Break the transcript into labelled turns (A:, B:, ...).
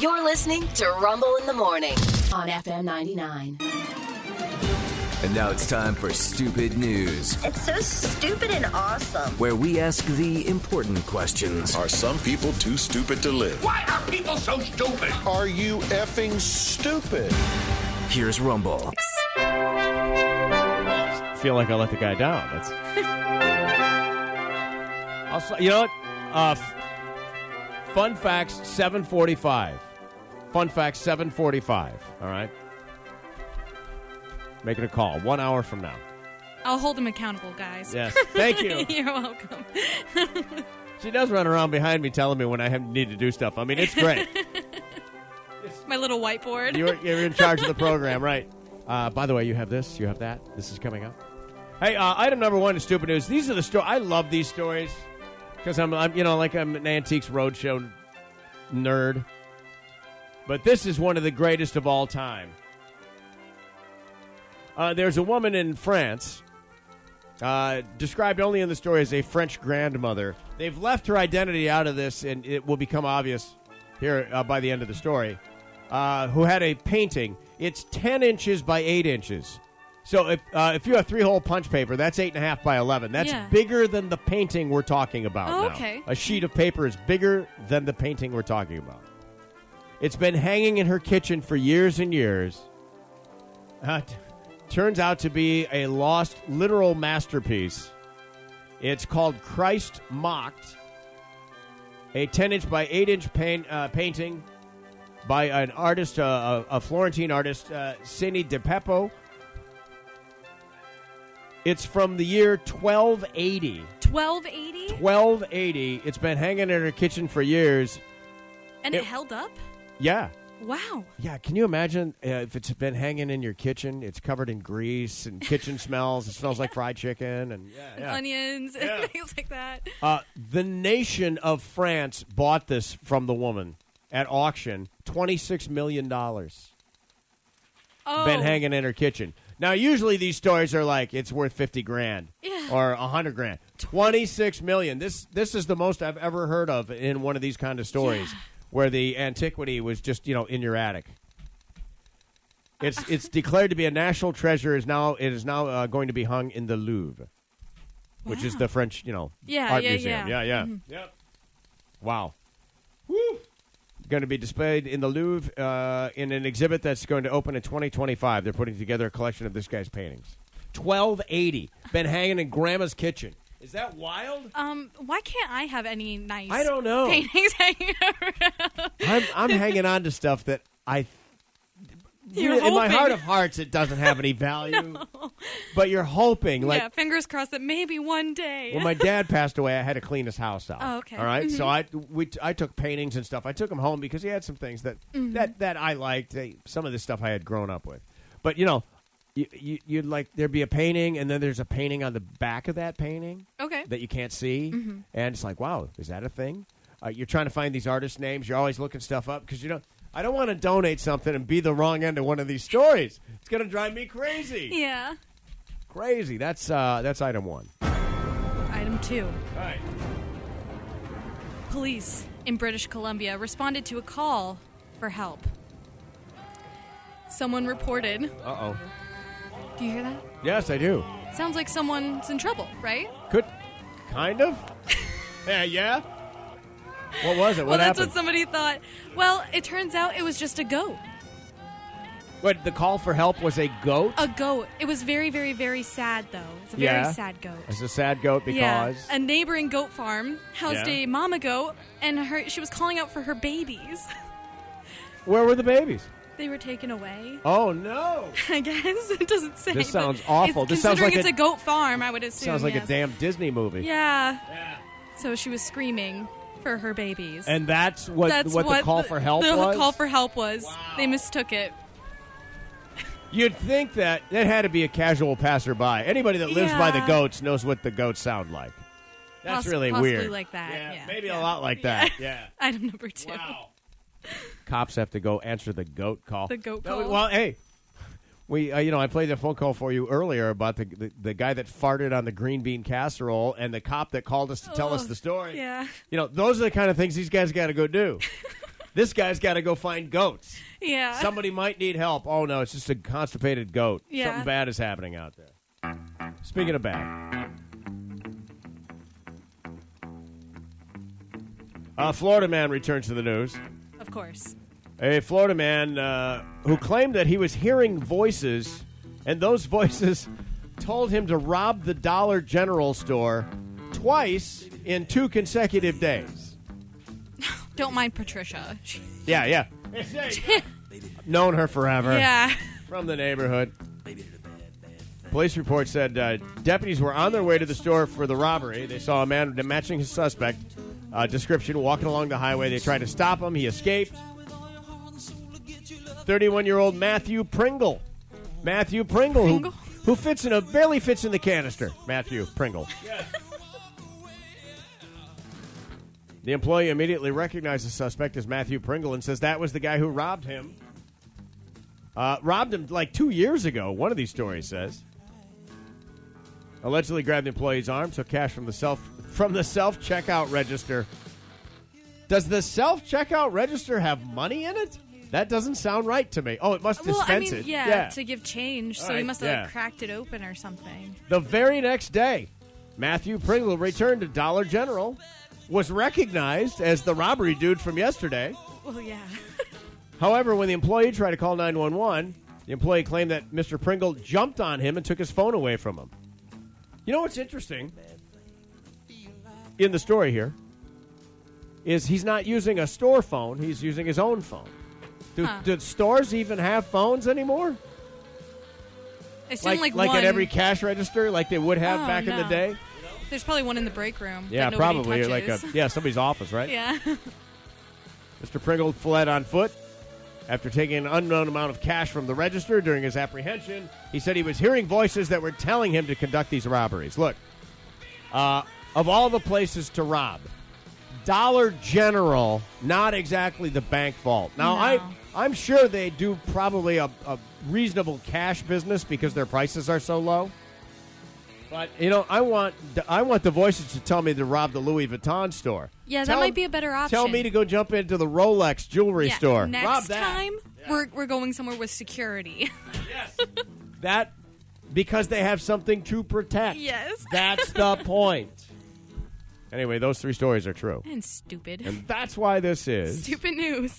A: You're listening to Rumble in the Morning on FM 99.
B: And now it's time for Stupid News,
C: It's so stupid and awesome.
B: where we ask the important questions.
D: Are some people too stupid to live?
E: Why are people so stupid?
F: Are you effing stupid?
B: Here's Rumble.
G: feel like I let the guy down. That's. also, you know what? Uh, f- fun facts 745. Fun facts 745. All right. Making a call one hour from now.
H: I'll hold him accountable, guys.
G: Yes. Thank you.
H: You're welcome.
G: She does run around behind me telling me when I have, need to do stuff. I mean, it's great.
H: My little whiteboard.
G: You're, you're in charge of the program, right? Uh, by the way, you have this, you have that. This is coming up. Hey, uh, item number one is stupid news. These are the stories. I love these stories because I'm, I'm, you know, like I'm an antiques roadshow nerd. But this is one of the greatest of all time. Uh, there's a woman in France, uh, described only in the story as a French grandmother. They've left her identity out of this, and it will become obvious here uh, by the end of the story. Uh, who had a painting? It's ten inches by eight inches. So if uh, if you have three hole punch paper, that's eight and a half by eleven. That's
H: Yeah.
G: bigger than the painting we're talking about.
H: Oh,
G: now.
H: okay.
G: A sheet of paper is bigger than the painting we're talking about. It's been hanging in her kitchen for years and years. Uh, t- turns out to be a lost literal masterpiece. It's called Christ Mocked, a 10 inch by 8 inch pain, uh, painting by an artist, uh, a, a Florentine artist, uh, Cini De Peppo. It's from the year 1280.
H: 1280,
G: 1280. It's been hanging in her kitchen for years.
H: and it,
G: it-
H: held up.
G: Yeah.
H: Wow.
G: Yeah, can you imagine uh, if it's been hanging in your kitchen? It's covered in grease and kitchen smells. It smells like fried chicken and yeah, yeah.
H: Onions and
G: Yeah.
H: things like that.
G: Uh, the nation of France bought this from the woman at auction, twenty six million dollars.
H: Oh,
G: Been hanging in her kitchen. Now, usually these stories are like it's worth fifty grand
H: Yeah.
G: or a hundred grand. Twenty six million. This this is the most I've ever heard of in one of these kind of stories where the antiquity was just you know in your attic. It's it's declared to be a national treasure. Is now it is now uh, going to be hung in the Louvre, which is
H: Wow.
G: the French you know
H: Yeah,
G: art
H: yeah,
G: museum.
H: yeah. Mm-hmm.
G: yeah. Yep. Wow. Woo. Going to be displayed in the Louvre uh, in an exhibit that's going to open in 2025. They're putting together a collection of this guy's paintings. 1280. Been hanging in Grandma's kitchen. Is that wild?
H: Um, why can't I have any nice?
G: I don't know.
H: Paintings hanging around.
G: I'm, I'm hanging on to stuff that I.
H: You're
G: in my
H: hoping.
G: heart of hearts, it doesn't have any value. But you're hoping, like
H: yeah, fingers crossed that maybe one day.
G: when my dad passed away, I had to clean his house out.
H: Oh, okay.
G: All right? So I we I took paintings and stuff. I took them home because he had some things that
H: Mm-hmm.
G: that that I liked. They- Some of the stuff I had grown up with, but you know, you, you you'd like there'd be a painting, and then there's a painting on the back of that painting
H: okay. Mm-hmm.
G: that you can't see, and it's like, wow, is that a thing? Uh, you're trying to find these artist names. You're always looking stuff up because you know I don't want to donate something and be the wrong end of one of these stories. It's gonna drive me crazy.
H: yeah.
G: Crazy. That's uh, that's item one.
H: Item two.
G: All right.
H: Police in British Columbia responded to a call for help. Someone reported.
G: Uh oh.
H: Do you hear that?
G: Yes, I do.
H: Sounds like someone's in trouble, right?
G: Could, kind of. yeah, yeah. What was it? What
H: well, that's
G: happened?
H: what somebody thought. Well, it turns out it was just a goat.
G: What the call for help was a goat.
H: A goat. It was very, very, very sad, though. It's a very
G: Yeah.
H: sad goat.
G: It's a sad goat because
H: Yeah. A neighboring goat farm housed
G: Yeah.
H: a mama goat, and her she was calling out for her babies.
G: where were the babies?
H: they were taken away.
G: Oh no!
H: I guess it doesn't say.
G: This
H: but
G: sounds
H: it's-
G: awful. This sounds
H: considering
G: like
H: it's
G: a-
H: a, goat farm. I would assume.
G: Sounds like
H: yes.
G: a damn Disney movie.
H: Yeah. So she was screaming for her babies.
G: And that's what
H: That's
G: what, the call for help
H: the
G: was.
H: call for help was. They mistook it.
G: You'd think that that had to be a casual passerby. Anybody that lives by the
H: Yeah.
G: goats knows what the goats sound like. That's
H: Poss-
G: really
H: possibly
G: weird.
H: like that, yeah,
G: maybe a
H: yeah.
G: lot like that. yeah.
H: Item number two.
G: Cops have to go answer the goat call.
H: The goat
G: No,
H: call.
G: Well, hey, we uh, you know I played the phone call for you earlier about the, the the guy that farted on the green bean casserole and the cop that called us to tell us
H: Oh,
G: the story.
H: yeah.
G: You know, those are the kind of things these guys got to go do. This guy's got to go find goats.
H: Yeah.
G: Somebody might need help. Oh no, it's just a constipated goat.
H: Yeah.
G: Something bad is happening out there. Speaking of bad, a Uh, Florida man returns to the news.
H: of course.
G: A Florida man uh, who claimed that he was hearing voices, and those voices told him to rob the Dollar General store twice in two consecutive days.
H: Don't mind Patricia. She-
G: Yeah, yeah. Known her forever.
H: yeah.
G: from the neighborhood. Police report said uh, deputies were on their way to the store for the robbery. They saw a man matching his suspect uh, description walking along the highway. They tried to stop him. He escaped. 31 year old Matthew Pringle. Matthew Pringle, who,
H: Pringle?
G: who fits in a barely fits in the canister. Matthew Pringle. the employee immediately recognized the suspect as Matthew Pringle and says that was the guy who robbed him. Uh, robbed him like two years ago, one of these stories says. Allegedly grabbed the employee's arm, took cash from the self from the self checkout register. Does the self checkout register have money in it? That doesn't sound right to me. Oh, it must
H: Well,
G: dispense
H: I mean,
G: it.
H: yeah, to give change.
G: All
H: so he
G: right,
H: must have
G: yeah.
H: like, cracked it open or something.
G: The very next day, Matthew Pringle returned to Dollar General, was recognized as the robbery dude from yesterday.
H: Well, yeah.
G: However, when the employee tried to call 911, the employee claimed that Mr. Pringle jumped on him and took his phone away from him. You know what's interesting in the story here is he's not using a store phone, he's using his own phone. Do,
H: Huh.
G: do stores even have phones anymore?
H: I assume like,
G: like
H: one.
G: at every cash register, like they would have
H: Oh,
G: back in the
H: no.
G: day?
H: There's probably one in the break room.
G: Yeah,
H: that nobody
G: probably. or Like a,
H: touches.
G: yeah, somebody's office, right?
H: yeah.
G: Mr. Pringle fled on foot after taking an unknown amount of cash from the register during his apprehension. He said he was hearing voices that were telling him to conduct these robberies. Look, uh, of all the places to rob, Dollar General, not exactly the bank vault. Now,
H: No.
G: I, I'm sure they do probably a, a reasonable cash business because their prices are so low. But you know, I want I want the voices to tell me to rob the Louis Vuitton store.
H: Yeah, that
G: Tell-
H: might be a better
G: Tell
H: option.
G: me to go jump into the Rolex jewelry
H: Yeah,
G: store.
H: Next
G: rob that.
H: time, we're, we're going somewhere with security.
G: That because they have something to protect.
H: Yes.
G: That's the point. Anyway, those three stories are true.
H: and stupid.
G: And that's why this is
H: Stupid news.